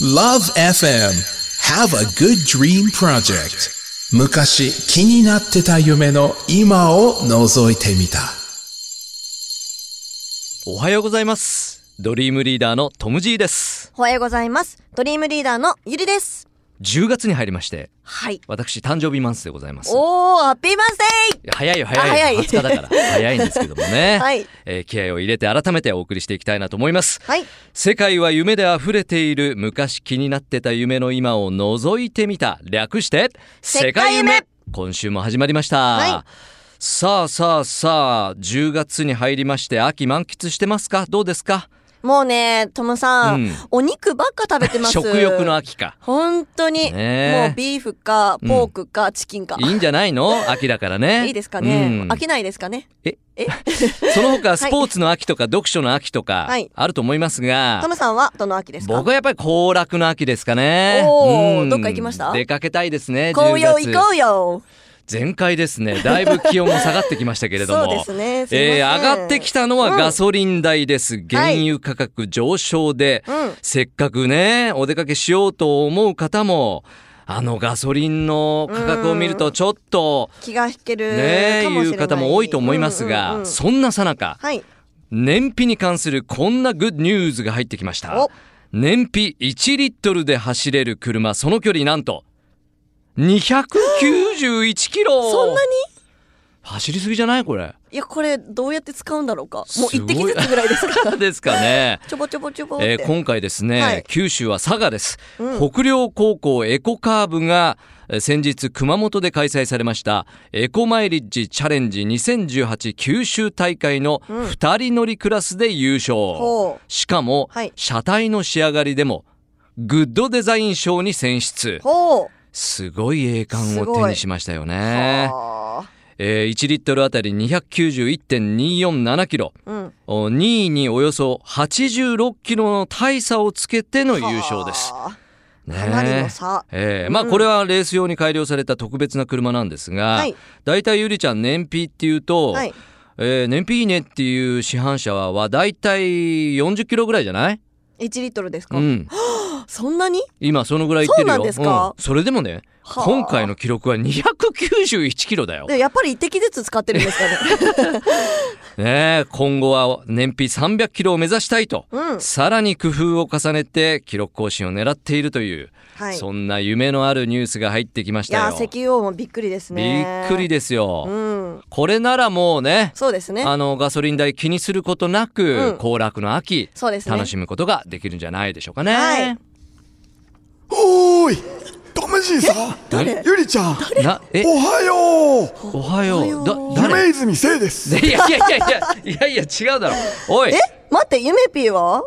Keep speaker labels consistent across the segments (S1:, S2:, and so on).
S1: Love FM Have a Good Dream Project 昔気になってた夢の今を覗いてみた
S2: おはようございますドリームリーダーのトム・ジーです
S3: おはようございます。ドリームリーダーのゆりです。
S2: 10月に入りまして
S3: はい。
S2: 私誕生日マンスでございます
S3: おー、ハッピーバースデ
S2: いや早いよ早いよ
S3: あ早い
S2: 20日だから 早いんですけどもね、
S3: はい
S2: えー気合を入れて改めてお送りしていきたいなと思います
S3: ーはい。
S2: 世界は夢で溢れている昔気になってた夢の今を覗いてみた略して
S3: 世界夢
S2: 今週も始まりました、
S3: は
S2: さあさあさあ10月に入りまして秋満喫してますかどうですか
S3: もうね、トムさん,、
S2: うん
S3: お肉ばっか食べてます。
S2: 食欲の。秋か
S3: 本当に、
S2: ねえ
S3: もうビーフか、ポークか、チキンか。
S2: いいんじゃないの秋だからね
S3: いいですかね、
S2: うん
S3: 飽きないですかね
S2: その他
S3: い
S2: スポーツの秋とか読書の秋とか
S3: はい
S2: あると思いますが
S3: ト、ムさんはどの秋ですか
S2: 僕はやっぱり行楽の秋ですかね。
S3: おー
S2: うん
S3: どっか行きました
S2: 出かけたいですね。
S3: 紅
S2: 10
S3: 葉行
S2: 月
S3: こうよ
S2: 全開ですね。だいぶ気温も下がってきましたけれども。
S3: そうですね。すいません
S2: えー上がってきたのはガソリン代です。原油価格上昇で、
S3: うん
S2: せっかくね、お出かけしようと思う方も、あのガソリンの価格を見るとちょっと、
S3: 気が引ける
S2: ね、
S3: かもしれない。
S2: いう方も多いと思いますが、
S3: うんうんうん
S2: そんなさなか、
S3: はい。
S2: 燃費に関するこんなグッドニュースが入ってきました
S3: お。
S2: 燃費1リットルで走れる車、その距離なんと、291キロ
S3: そんなに
S2: 走りすぎじゃないこれ。
S3: いや、これどうやって使うんだろうか。
S2: す
S3: もう
S2: ごい
S3: 一滴ずつぐらいですか
S2: ですかね。
S3: ちょぼちょぼちょぼって。
S2: えー今回ですね、
S3: はい
S2: 九州は佐賀です、
S3: う
S2: 北陵高校エコカーブがえー先日熊本で開催されましたエコマイリッジチャレンジ2018九州大会の2人乗りクラスで優勝、
S3: ほう
S2: しかも、
S3: はい
S2: 車体の仕上がりでもグッドデザイン賞に選出
S3: ほう。
S2: すごい栄冠を手にしましたよね、
S3: は
S2: えー1リットルあたり291.247キロ
S3: あうん。
S2: お2位におよそ86キロの大差をつけての優勝です。
S3: はあ。
S2: ね
S3: かなりの差。
S2: ええまあこれはレース用に改良された特別な車なんですが
S3: はい、
S2: だいたいゆりちゃん燃費っていうと、
S3: はい。
S2: えー燃費いいねっていう市販車はだいたい40キロぐらいじゃない
S3: 1リットルですか、
S2: うん。
S3: そんなに
S2: 今そのぐらいいってるよ。
S3: そうなんですか
S2: うんそれでもね、
S3: はあ
S2: 今回の記録は291キロだよ。
S3: でやっぱり1滴ずつ使ってるんです かね。
S2: ねえ、今後は燃費300キロを目指したいと、
S3: うん
S2: さらに工夫を重ねて記録更新を狙っているという、
S3: はい。い
S2: そんな夢のあるニュースが入ってきましたよ。
S3: やー、石油王もびっくりです
S2: び
S3: ね。
S2: っくりですよ、
S3: うん。
S2: これならもうね、
S3: そうですね。
S2: あのガソリン代気にすることな
S3: う
S2: く
S3: ん
S2: 行、楽の秋、
S3: そうですね。
S2: 楽しむことができるんじゃないでしょうかね。
S3: はい
S4: おーい、トムジーさん、
S2: 誰
S4: ゆりちゃん、
S2: なえ
S4: おはよう、
S2: おはようだ誰
S4: 夢 泉聖です。
S2: いやいやいやいやいやいや違うだろおい
S3: え待って、ゆめぴーは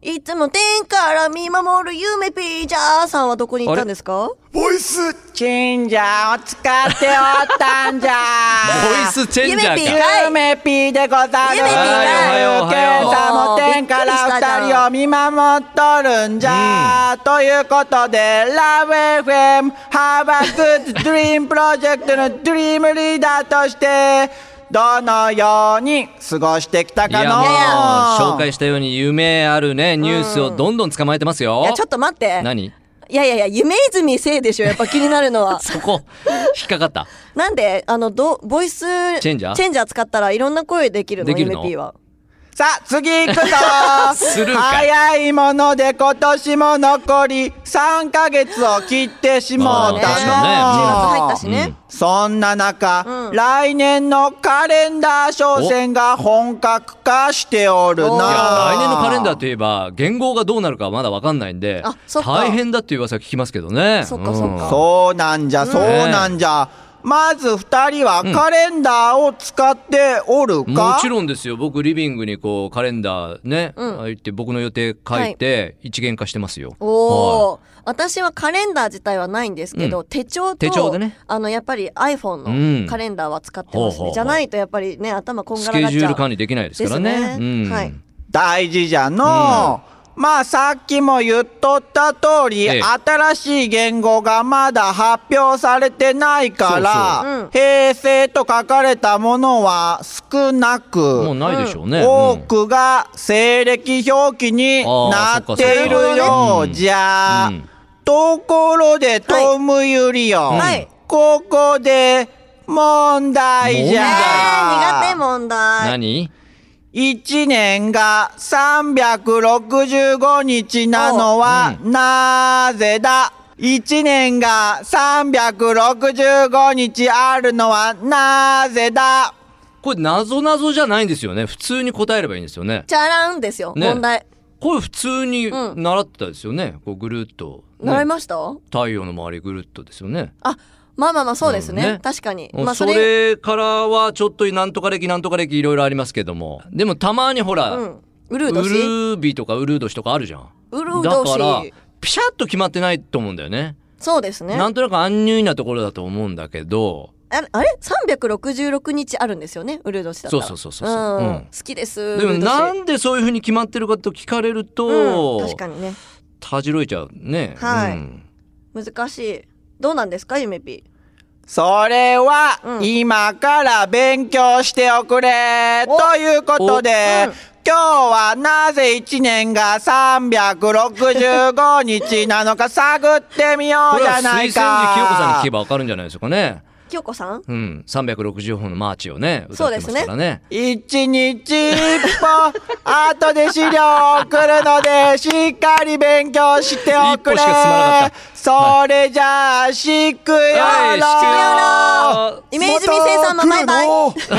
S3: いつも天から見守るゆめぴーじゃーさんはどこに行ったんですか
S4: ボイス、
S5: 神社を使っておったん
S2: ボ
S5: じ
S2: イ
S5: ゃ。
S2: スチェンジャ
S3: 夢ピ
S2: ー
S3: ー
S2: か
S5: ゆめぴーでござる。
S3: ゆめぴー
S2: はいおはようお
S5: 今朝
S3: はよう
S5: も天から二人を見守っとるんじゃ。ということで、Love FM Have a Good Dream Project のドリームリーダーとして、どのように過ごしてきた
S2: い
S5: か
S2: や
S5: の
S2: もう紹介したように夢あるねニュースをどんどん捕まえてますよ、
S3: いや、ちょっと待って。
S2: 何
S3: いやいやいや、夢泉せいでしょ、やっぱ気になるの は。
S2: そこ引っかかった
S3: なんで、あの、ど、ボイス、
S2: チェンジャー
S3: チェンジャー使ったらいろんな声できるの、
S2: できるの
S3: MP は。
S5: さあ、次行く ぞ
S2: するんかい
S5: 早いもので今年も残り3ヶ月を切ってしもう
S2: あー確
S5: た
S3: 入
S5: の
S3: った。しね。
S5: そんな中、来年のカレンダー商戦が本格化しておるな。
S3: おいや
S2: 来年のカレンダーといえば言語がどうなるかまだわかんないんで
S3: あそっか
S2: 大変だっていう噂聞きますけどね
S3: そっかそっか
S5: そうなんじゃ、そうなんじゃ。まず二人はカレンダーを使っておる
S2: うん
S5: か、
S2: もちろんですよ僕リビングにこうカレンダーね、入って僕の予定書いて一元化してますよ、
S3: おお、私はカレンダー自体はないんですけど、
S2: う
S3: 手帳と
S2: 手帳でね
S3: あのやっぱり iPhone
S2: うん
S3: のカレンダーは使ってます
S2: ほうほ
S3: ね、
S2: うほう
S3: じゃないとやっぱりね頭こん
S2: ス
S3: がら
S2: ケ
S3: がっちゃう
S2: ジュール管理できないですからね
S3: ですね
S2: うん
S3: はい
S5: 大事じゃのう、まあさっきも言っとった通り、
S2: ええ
S5: 新しい言語がまだ発表されてないか
S3: そう
S5: ら
S3: そううん
S5: 平成と書かれたものは少なく
S2: もうないでしょうね。
S5: 多
S2: うん
S5: くが西暦表記になっているようじゃ
S2: あーそっかそっかうん。
S5: ところで、トムユリオン
S3: はい。
S5: ここで、問題じ
S2: 問題
S5: ゃ。
S3: えー、苦手問題。
S2: 何
S5: 一年が365日なのはなぜだ一年が365日あるのはなぜだ
S2: これ、なぞなぞじゃないんですよね。普通に答えればいいんですよね。
S3: チャランですよ、
S2: ね
S3: 問題。
S2: これ、普通に
S3: うん
S2: 習ってたですよね。こう、ぐるっと、ね
S3: 習いました、
S2: 太陽の周りぐるっとですよね。
S3: あ、まあまあまあ、そうです
S2: な
S3: ね。
S2: るほどね
S3: 確かに。まあ、
S2: そ
S3: それ、
S2: れからはちょっとなんとか歴なんとか歴いろいろありますけどもでもたまにほら、
S3: うん。ウ
S2: ウ
S3: ル
S2: ル
S3: ードシ
S2: ービーとかウルードシとかあるじゃん
S3: ウルー
S2: だ
S3: ド
S2: から
S3: シ。
S2: ピシャッと決まってないと思うんだよね
S3: そうですね。
S2: な
S3: あ
S2: んとなく安入なところだと思うんだけど
S3: あれ ?366 日あるんですよね、ウルードシだったら。
S2: そうそうそうそうそううん
S3: ん。好きです。
S2: でもな
S3: ウルードシ
S2: んでそういうふうに決まってるかと聞かれると、
S3: うん、確かにね。
S2: たじろいちゃうね
S3: はい
S2: うん
S3: 難しい。どうなんですか、ゆめぴ
S5: それは
S3: う、ん
S5: 今から勉強しておくれ、
S3: お
S5: ということで、
S3: おうん
S5: 今日はなぜ1年が365日なのか探ってみよ
S2: こ
S5: う
S2: れ
S5: じ
S2: は
S5: ゃ
S2: 推
S5: な
S2: 薦
S5: い
S2: 時清子さんに
S5: か
S2: 聞け。ばわかるんじゃないですかね
S3: ー。きよこさん
S2: うん360本のマーチをね歌ってますからね
S5: 一日一歩、後で資料を送るので、しっかり勉強してお
S2: 一
S5: く
S2: 歩
S5: れ
S2: しか進まなかっ。
S5: それじゃあ、しくよ
S2: はいしくよろ
S5: ろ。
S3: イメージミセイさんもバイバイ。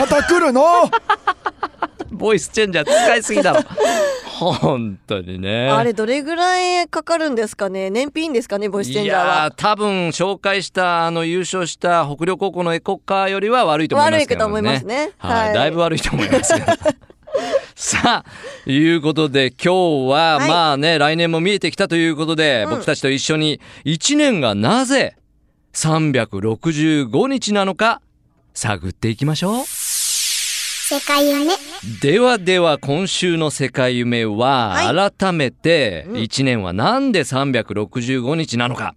S4: また来るのまた来るの
S2: ボイスチェンジャー使いすぎだろ。 本当にね。
S3: あれ、どれぐらいかかるんですかね燃費いいんですかねボイスチェン
S2: い
S3: ジャー
S2: やー
S3: は。
S2: 多分紹介したあの優勝した北陵高校のエコカーよりは悪いと思いますけどもね。
S3: 悪いと思いますね
S2: はい、
S3: はい
S2: だいぶ悪いと思いますけど。 さあいうことで今日は、
S3: はい
S2: まあね来年も見えてきたということで、
S3: うん
S2: 僕たちと一緒に1年がなぜ365日なのか探っていきましょう。
S6: 世界をね
S2: ではでは今週の「世界夢」は改めて1年はなんで365日なのか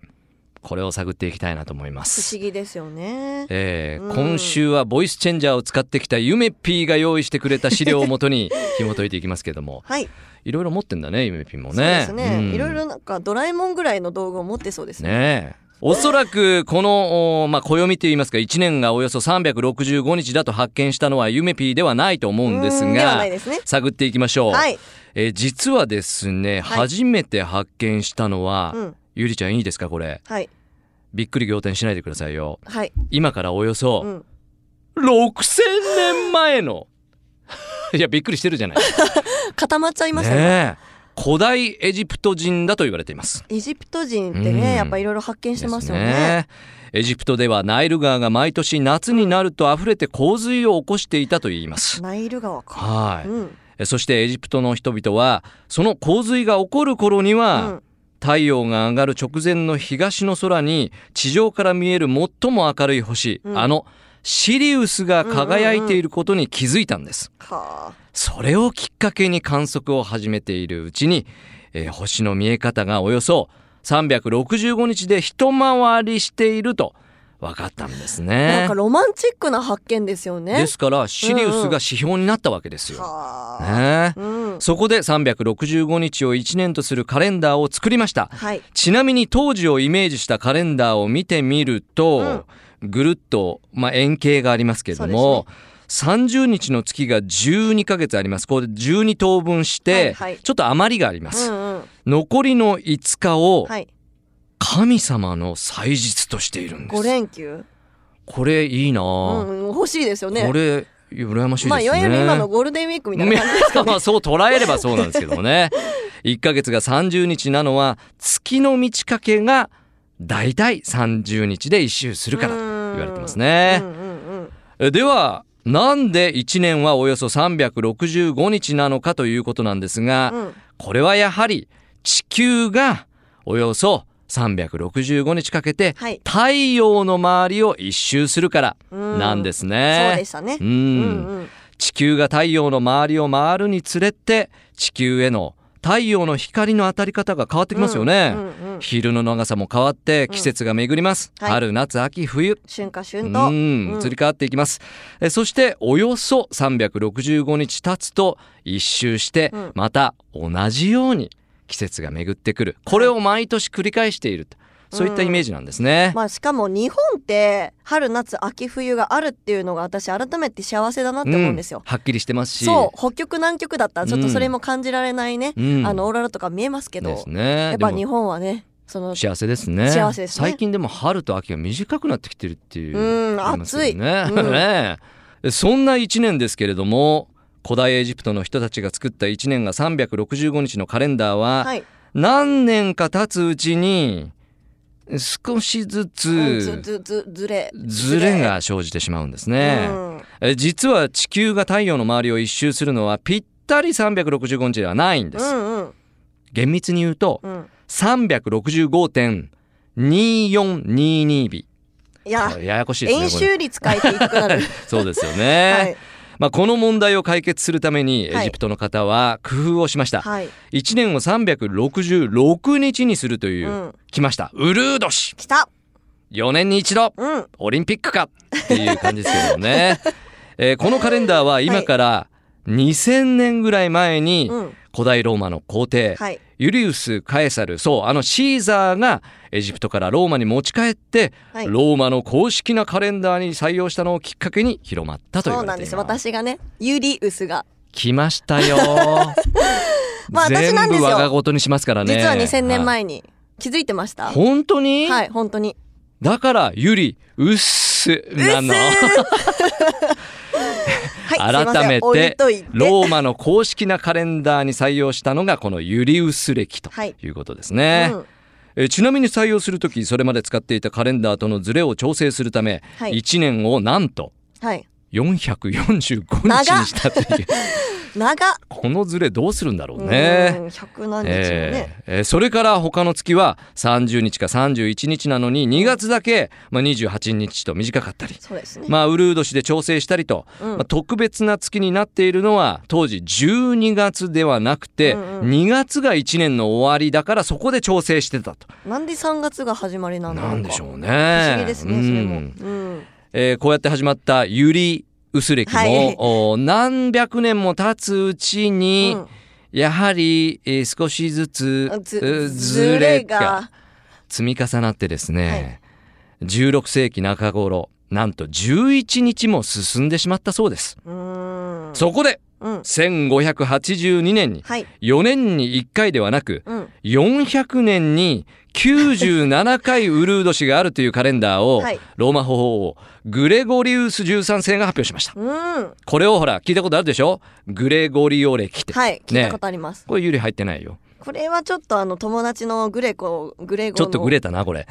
S2: これを探っていきたいなと思いま
S3: 不
S2: す。
S3: 思議ですよね。
S2: えー
S3: うん
S2: 今週はボイスチェンジャーを使ってきたゆめぴーが用意してくれた資料をもとに紐解いていきますけど も
S3: はい。
S2: いろいろ持ってんだねゆめぴーもね。
S3: そうですね、
S2: うん
S3: いろいろなんかドラえもんぐらいの道具を持ってそうですね。
S2: ねえ。おそらくこの、おまあ、暦といいますか1年がおよそ365日だと発見したのはゆめぴーではないと思うんです
S3: うんでは
S2: が
S3: ないですね
S2: 探っていきましょう。
S3: はい。
S2: えー実はですね、
S3: はい
S2: 初めて発見したのは、
S3: うん
S2: ゆりちゃんいいですかこれ
S3: はい。
S2: びっくり仰天しないでくださいよ
S3: はい。
S2: 今からおよそ、
S3: うん。
S2: 6000年前 のいやびっくりしてるじゃない
S3: 固まっちゃいましたね。
S2: ねえ古代エジプト人だと言われています
S3: エジプト人って
S2: うん
S3: ね、やっぱいろいろ発見してますよね。
S2: ですねエジプトではナイル川が毎年夏になると溢れて洪水を起こしていたと言います
S3: ナイル川か。
S2: はい、
S3: うん。
S2: えそしてエジプトの人々はその洪水が起こる頃には、
S3: うん
S2: 太陽が上がる直前の東の空に地上から見える最も明るい星、
S3: うん
S2: あのシリウスが輝いていることに気づいたんです、
S3: か
S2: それをきっかけに観測を始めているうちに、えー星の見え方がおよそ365日で一回りしていると分かったんです
S3: な
S2: ね
S3: んか。ロマンチックな発見ですよね。
S2: ですからシリウスが指標になったわけですよ。
S3: はあ。
S2: ねえ
S3: うん。
S2: そこで365日を1年とするカレンダーを作りました。
S3: はい。
S2: ちなみに当時をイメージしたカレンダーを見てみると、ぐるっと、まあ、円形がありますけれども、30日の月が12ヶ月あります。これ12等分して、
S3: はいはい
S2: ちょっと余りがありま
S3: う
S2: す。
S3: んうん。
S2: 残りの5日を
S3: はい。
S2: 神様の祭日としているんで
S3: 五
S2: す。
S3: 連休。
S2: これいいな
S3: う
S2: あ、
S3: ん、欲しいですよね。
S2: これ羨ましいですね。
S3: まあ、いわゆる今のゴールデンウィークみたいな感 じ。
S2: まあそう捉えればそうなんですけどもね。1ヶ月が30日なのは月の満ち欠けが大体30日で一周するからと言われてますね
S3: う。んうんうん。
S2: えでは、なんで1年はおよそ365日なのかということなんですが、
S3: うん
S2: これはやはり地球がおよそ365日かけて
S3: はい
S2: 太陽の周りを一周するからなんですね。
S3: そうでしたね。
S2: うん
S3: うんうん。
S2: 地球が太陽の周りを回るにつれて地球への太陽の光の当たり方が変わってきますよね、昼の長さも変わって季節が巡ります、
S3: はい
S2: 春夏秋冬
S3: 春夏
S2: う
S3: 春冬。
S2: ん、移り変わっていきます。えそして、およそ365日経つと、一周して、また同じように季節が巡ってくる。これを毎年繰り返していると。そういったイメージなんですね。
S3: まあしかも日本って春夏秋冬があるっていうのが私改めて幸せだなって思うんですよ
S2: う。はっきりしてますし。
S3: そう北極南極だったらちょっと
S2: うん
S3: それも感じられないね、
S2: うん
S3: あのオーロラとか見えますけど、
S2: ですね。
S3: やっぱ
S2: でも
S3: 日本はねその
S2: 幸せですね。
S3: 幸せですね
S2: 最近でも春と秋が短くなってきてるっていう。
S3: うん
S2: ありますよ ね。
S3: 暑いうん
S2: ねえそんな一年ですけれども、古代エジプトの人たちが作った一年が365日のカレンダーは、
S3: はい、
S2: 何年か経つうちに少しず
S3: うん、ず
S2: つ
S3: ずずずれ
S2: ズレが生じてしまうんですね
S3: う。ん
S2: え実は地球が太陽の周りを一周するのはぴったり365日ではないんで
S3: う
S2: す。
S3: んうん
S2: 厳密に言うと
S3: うん
S2: 365.2422日。
S3: いや
S2: これややこしいですね。
S3: 演
S2: これ
S3: 習率変えていく なる
S2: そうですよね。
S3: はい
S2: まあこの問題を解決するために
S3: は
S2: エ
S3: い
S2: ジプトの方は工夫をしました。
S3: はい
S2: 1年を366日にするという、
S3: うん
S2: 来ました。ウルード氏
S3: 来た
S2: 4年に一度、
S3: うん
S2: オリンピックかっていう感じですけどもね。 えーこのカレンダーは今から2000年ぐらい前に
S3: うん
S2: 古代ローマの皇帝、
S3: はい
S2: ユリウス・カエサル、そう、あのシーザーがエジプトからローマに持ち帰って、
S3: はい
S2: ローマの公式なカレンダーに採用したのをきっかけに広まったと言
S3: そ
S2: わ
S3: うな
S2: れ
S3: ん
S2: て
S3: で
S2: います。
S3: す私がねユリウスが
S2: 来ました よ。
S3: まあ私
S2: 全
S3: なんです
S2: 部
S3: よ
S2: 我が事にしますからね。
S3: 実は2000年
S2: はい
S3: 前に気づいてましたは
S2: 本当に、
S3: い本当に
S2: だから、ゆり、うっす、なの。
S3: はいすいません
S2: 改め
S3: 置い
S2: て
S3: といて
S2: ローマの公式なカレンダーに採用したのがこのユリウス暦と
S3: はい
S2: いうことですね、
S3: うん
S2: えちなみに採用するときそれまで使っていたカレンダーとのズレを調整するため、
S3: はい
S2: 1年をなんと
S3: はい
S2: 445日
S3: 長っ
S2: にしたという
S3: 長っ
S2: このズレどうするんだろうね
S3: うん100何日もね、
S2: えーえーそれから他の月は30日か31日なのに2月だけ、まあ、28日と短かったり
S3: そうですね
S2: まあ、ウルード氏で調整したりと、まあ、特別な月になっているのは当時12月ではなくて、2月が1年の終わりだからそこで調整してたと。
S3: なんで3月が始まりなのか
S2: なんでしょうね
S3: 不思議ですね、それも、
S2: う
S3: うんん、
S2: えーこうやって始まったユリ・ウス歴も、
S3: はい
S2: お何百年も経つうちに、
S3: うん
S2: やはり、えー少しずつ
S3: ず
S2: ず
S3: ず
S2: れ
S3: れ
S2: が
S3: が
S2: 積み重なってですね、16世紀中頃なんと11日も進んでしまったそうです。
S3: うーん
S2: そこで
S3: うん
S2: 1582年に
S3: はい
S2: 4年に1回ではなく
S3: うん
S2: 400年に97回ウルード氏があるというカレンダーを
S3: はい
S2: ローマ法王グレゴリウス13世が発表しました。
S3: うん
S2: これをほら聞いたことあるでしょグレゴリオ歴って。
S3: はい聞い
S2: ね
S3: たことあります、
S2: これユリ入ってないよ。
S3: これはちょっとあの友達のグレコグレゴ
S2: ち
S3: の
S2: ょっとグレたなこれ。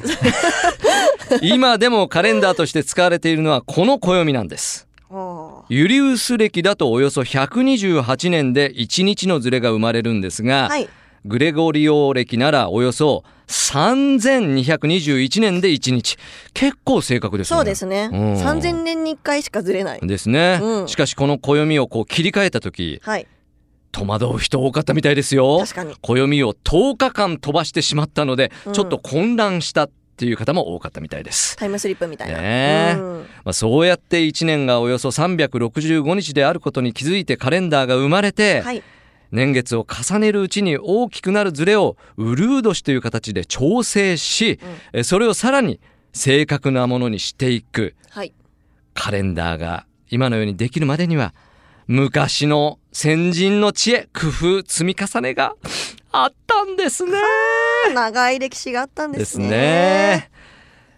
S2: 今でもカレンダーとして使われているのはこの暦なんです。
S3: あ
S2: ユリウス歴だとおよそ128年で1日のズレが生まれるんですが、
S3: ーはい
S2: グレゴリオ歴ならおよそ3221年で1日。結構正確ですね。
S3: そうですね、
S2: うん
S3: 3000年に1回しかずれない
S2: ですね。
S3: うん
S2: しかしこの暦をこう切り替えた時、
S3: はい
S2: 戸惑う人多かったみたいですよ。
S3: 確かに
S2: 暦を10日間飛ばしてしまったので、
S3: うん
S2: ちょっと混乱したっていう方も多かったみたいです。
S3: タイムスリップみたいな、
S2: ねえ
S3: うん
S2: まあ、そうやって1年がおよそ365日であることに気づいてカレンダーが生まれて、
S3: はい
S2: 年月を重ねるうちに大きくなるズレをウルード氏という形で調整し、えそれをさらに正確なものにしていく
S3: はい
S2: カレンダーが今のようにできるまでには昔の先人の知恵工夫積み重ねがあったんですね。
S3: 長い歴史があったんで
S2: ですす
S3: ね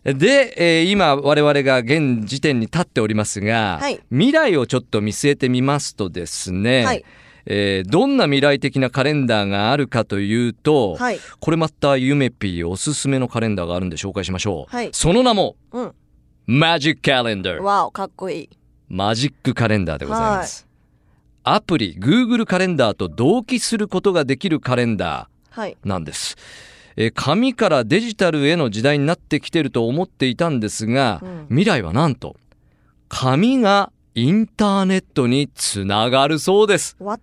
S2: ね。で、えー今我々が現時点に立っておりますが、
S3: はい
S2: 未来をちょっと見据えてみますとですね、
S3: はい
S2: えーどんな未来的なカレンダーがあるかというと、
S3: はい
S2: これまたゆめぴーおすすめのカレンダーがあるんで紹介しましょう。
S3: はい
S2: その名も、
S3: うん
S2: マジックカレンダー。
S3: わおかっこいい
S2: マジックカレンダーでございます。アプリ Google カレンダーと同期することができるカレンダー。
S3: はい
S2: なんです。えー紙からデジタルへの時代になってきてると思っていたんですが、
S3: うん
S2: 未来はなんと、紙がインターネットにつながるそうです。
S3: What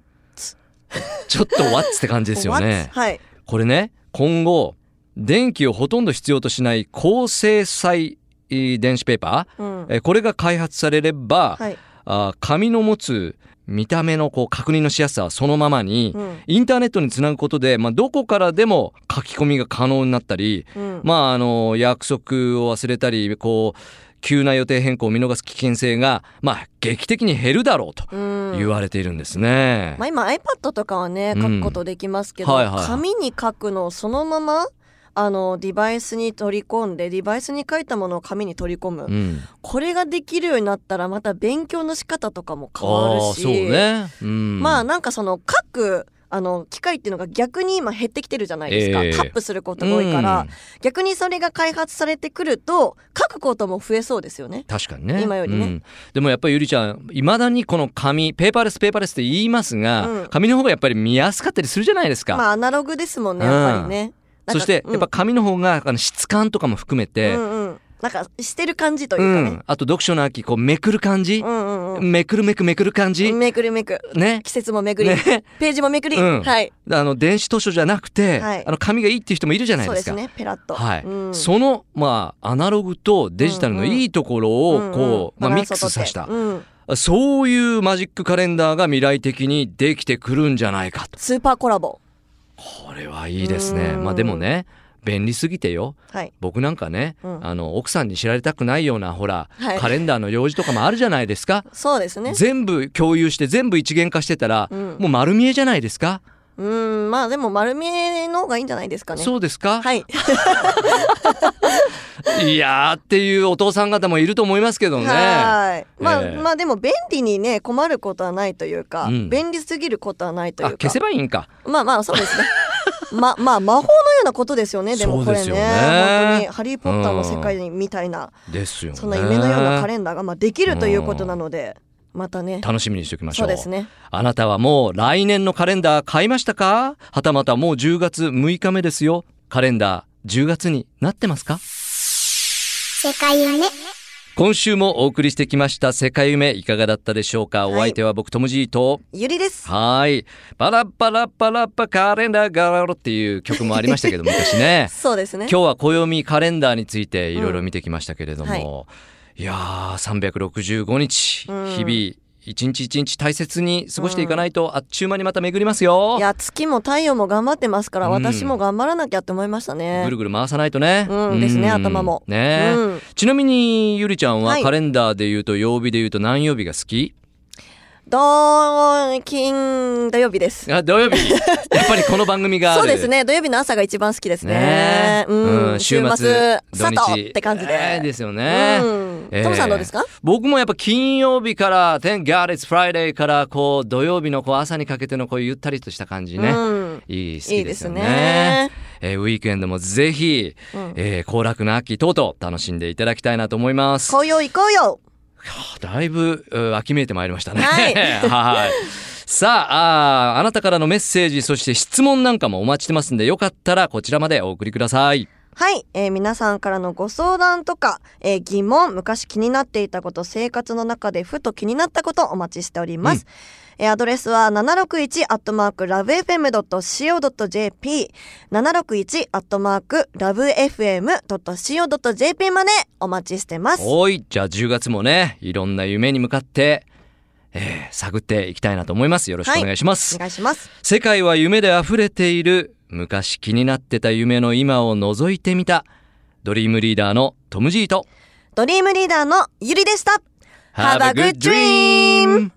S2: ちょっとワッツって感じですよね
S3: What？。はい。
S2: これね、今後、電気をほとんど必要としない高精細えー電子ペーパー、
S3: うん。
S2: えーこれが開発されれば、
S3: はい。
S2: あー紙の持つ見た目のこう確認のしやすさはそのままに、
S3: うん
S2: インターネットにつなぐことで、まあ、どこからでも書き込みが可能になったり、
S3: うん。
S2: まあ、あの、約束を忘れたり、こう、急な予定変更を見逃す危険性が、まあ、劇的に減るだろうと
S3: うん
S2: 言われているんですね。
S3: まあ、今 iPad とかはね
S2: うん
S3: 書くことできますけど、
S2: はいはいはい
S3: 紙に書くのをそのままあのデバイスに取り込んでデバイスに書いたものを紙に取り込む、
S2: うん。
S3: これができるようになったらまた勉強の仕方とかも変わる
S2: ああ、
S3: し
S2: そうね。うん。
S3: まあなんかその書くあの機械っていうのが逆に今減ってきてるじゃないですか、
S2: ええ
S3: タップすることが多いから、
S2: うん
S3: 逆にそれが開発されてくると書くことも増えそうですよね。
S2: 確かにね。
S3: 今よりね
S2: うんでもやっぱりゆりちゃん、いまだにこの紙、ペーパーレス、ペーパーレスって言いますが、
S3: うん
S2: 紙の方がやっぱり見やすかったりするじゃないですか。
S3: まあアナログですもんねやっぱりね。なん
S2: そ
S3: か
S2: して、
S3: うん
S2: やっぱ紙の方が、あの、質感とかも含めて、
S3: うんうん、なんかしてる感じという
S2: う
S3: かね。
S2: ん。あと、読書の秋、こう、めくる感じ
S3: う、んうんうん
S2: めくるめくめくる感じ、
S3: めくるめく
S2: ね。
S3: 季節もめくり、
S2: ね。
S3: ページもめくり、
S2: うん
S3: はい
S2: あの、電子図書じゃなくて、
S3: はい
S2: あの、紙がいいっていう人もいるじゃない
S3: そう
S2: で
S3: ですす
S2: か。
S3: ねペラッと
S2: はい、
S3: うん
S2: その、まあ、アナログとデジタルのいいところ
S3: ん
S2: を、
S3: ん
S2: こう、
S3: バ
S2: まあ、
S3: ラ
S2: ミッ
S3: ン
S2: ク
S3: を
S2: ス
S3: とっ
S2: さ
S3: て
S2: せた、
S3: うん
S2: そういうマジックカレンダーが未来的にできてくるんじゃないかと。
S3: スーパーコラボ
S2: これはいいですね。
S3: うん
S2: まあ、でもね、便利すぎてよ。
S3: はい
S2: 僕なんかね、
S3: うん
S2: あの、奥さんに知られたくないような、ほら、
S3: はい
S2: カレンダーの用事とかもあるじゃないですか。
S3: そうです ね
S2: 全部共有して、全部一元化してたら、
S3: うん
S2: もう丸見えじゃないですか。
S3: うんまあでも丸見えの方がいいんじゃないですかね
S2: そうですか、
S3: はい
S2: い、やーっていうお父さん方もいると思いますけどね。
S3: はいまあ、
S2: ええ
S3: まあでも便利にね困ることはないというか、
S2: うん
S3: 便利すぎることはないとい
S2: あ、
S3: うか
S2: 消せばいいんか。
S3: まあまあそうですね ままあ魔法のようなことですよねでもこ
S2: そうで
S3: れ
S2: す
S3: ね
S2: よね
S3: 本当に「ハリー・ポッター」の世界みたいな、
S2: ですよね。
S3: そんな夢のようなカレンダーがまあできるということなので、またね。
S2: 楽しみにしておきましょ。
S3: そううですね。
S2: あなたはもう来年のカレンダー買いましたかはたまたもう10月6日目ですよ。カレンダー10月になってますか
S6: 世界をね
S2: 今週もお送りしてきました世界夢いかがだったでしょうか、
S3: はい
S2: お相手は僕ともじいと。
S3: ゆりです。
S2: はーい。パラッパラッパラッパカレンダーガラロっていう曲もありましたけど昔ね。
S3: そうですね。
S2: 今日は暦カレンダーについていろいろ見てきましたけれど
S3: うんはい
S2: も、い、やー365日、
S3: うん
S2: 日々一日一日大切に過ごしていかないと、あっちゅう間にまた巡りますよ
S3: いや月も太陽も頑張ってますから、
S2: うん
S3: 私も頑張らなきゃって思いましたね。
S2: ぐるぐる回さないとね。
S3: うんですね頭も
S2: ねえ、
S3: うん
S2: ちなみにゆりちゃんは
S3: はい
S2: カレンダーで言うと曜日で言うと何曜日が好き、
S3: 土金土曜日です。
S2: あ土曜 日やっぱりこの番組がある
S3: そうですね。土曜日の朝が一番好きですね。
S2: ねえ
S3: うん、
S2: うん週
S3: 週
S2: 末
S3: 末
S2: 土日
S3: 佐藤って感じで。
S2: えーですよね
S3: うん
S2: えー
S3: トムさんどうですか？
S2: 僕もやっぱ金曜日から「Thank God it's Friday」からこう土曜日のこう朝にかけてのこうゆったりとした感じね、
S3: うん
S2: いい好
S3: い
S2: き
S3: い
S2: で
S3: ですす
S2: よね
S3: ね。
S2: えーウィークエンドもぜひ、えー行楽の秋等々楽しんでいただきたいなと思います。
S3: 紅葉行こうよ。
S2: だいぶ、うー秋めいてまいりましたね。
S3: はい
S2: はいさああー、あなたからのメッセージ、そして質問なんかもお待ちしてますんで、よかったらこちらまでお送りください。
S3: はい、えー皆さんからのご相談とか、えー疑問、昔気になっていたこと、生活の中でふと気になったことお待ちしております。えーアドレスは761アットマークラブ FM.co.jp 761アットマークラブ FM.co.jp までお待ちしてます。
S2: おい、じゃあ10月もね、いろんな夢に向かって、えー探っていきたいなと思います。よろしくお願いします。
S3: お願いします。
S2: 世界は夢で溢れている昔気になってた夢の今を覗いてみたドリームリーダーのトム・ジーと
S3: ドリームリーダーのゆりでした。Have a good dream!